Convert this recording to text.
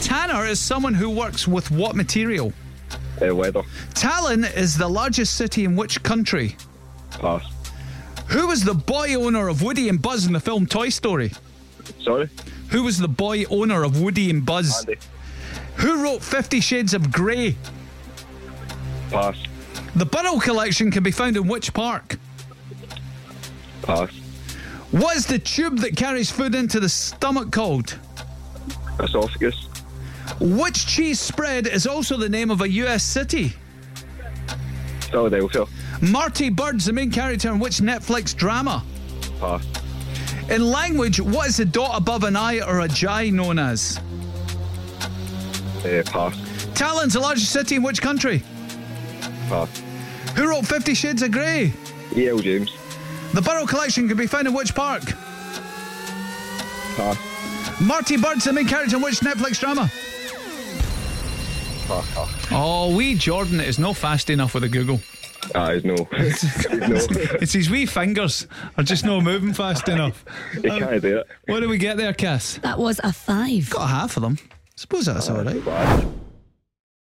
Tanner is someone who works with what material? Uh, weather. Tallinn is the largest city in which country? Pass. Who was the boy owner of Woody and Buzz in the film Toy Story? Sorry? Who was the boy owner of Woody and Buzz? Andy. Who wrote Fifty Shades of Grey? Pass. The Burrow Collection can be found in which park? Pass. What is the tube that carries food into the stomach called? Esophagus. Which cheese spread is also the name of a US city? Philadelphia. Marty Bird's the main character in which Netflix drama? Pass. In language, what is the dot above an I or a J known as? Uh, pass. Tallinn's the largest city in which country? Pass. Who wrote Fifty Shades of Grey? E.L. James. The Burrow Collection can be found in which park? Pass. Marty Bird's the main character in which Netflix drama? Pass. Pass. Oh, wee Jordan is no fast enough with a Google. Ah, it's no. it's no. It's his wee fingers are just not moving fast enough. He can't do it. What do we get there, Cass? That was a five. Got half of them. Suppose that's all right. Bad.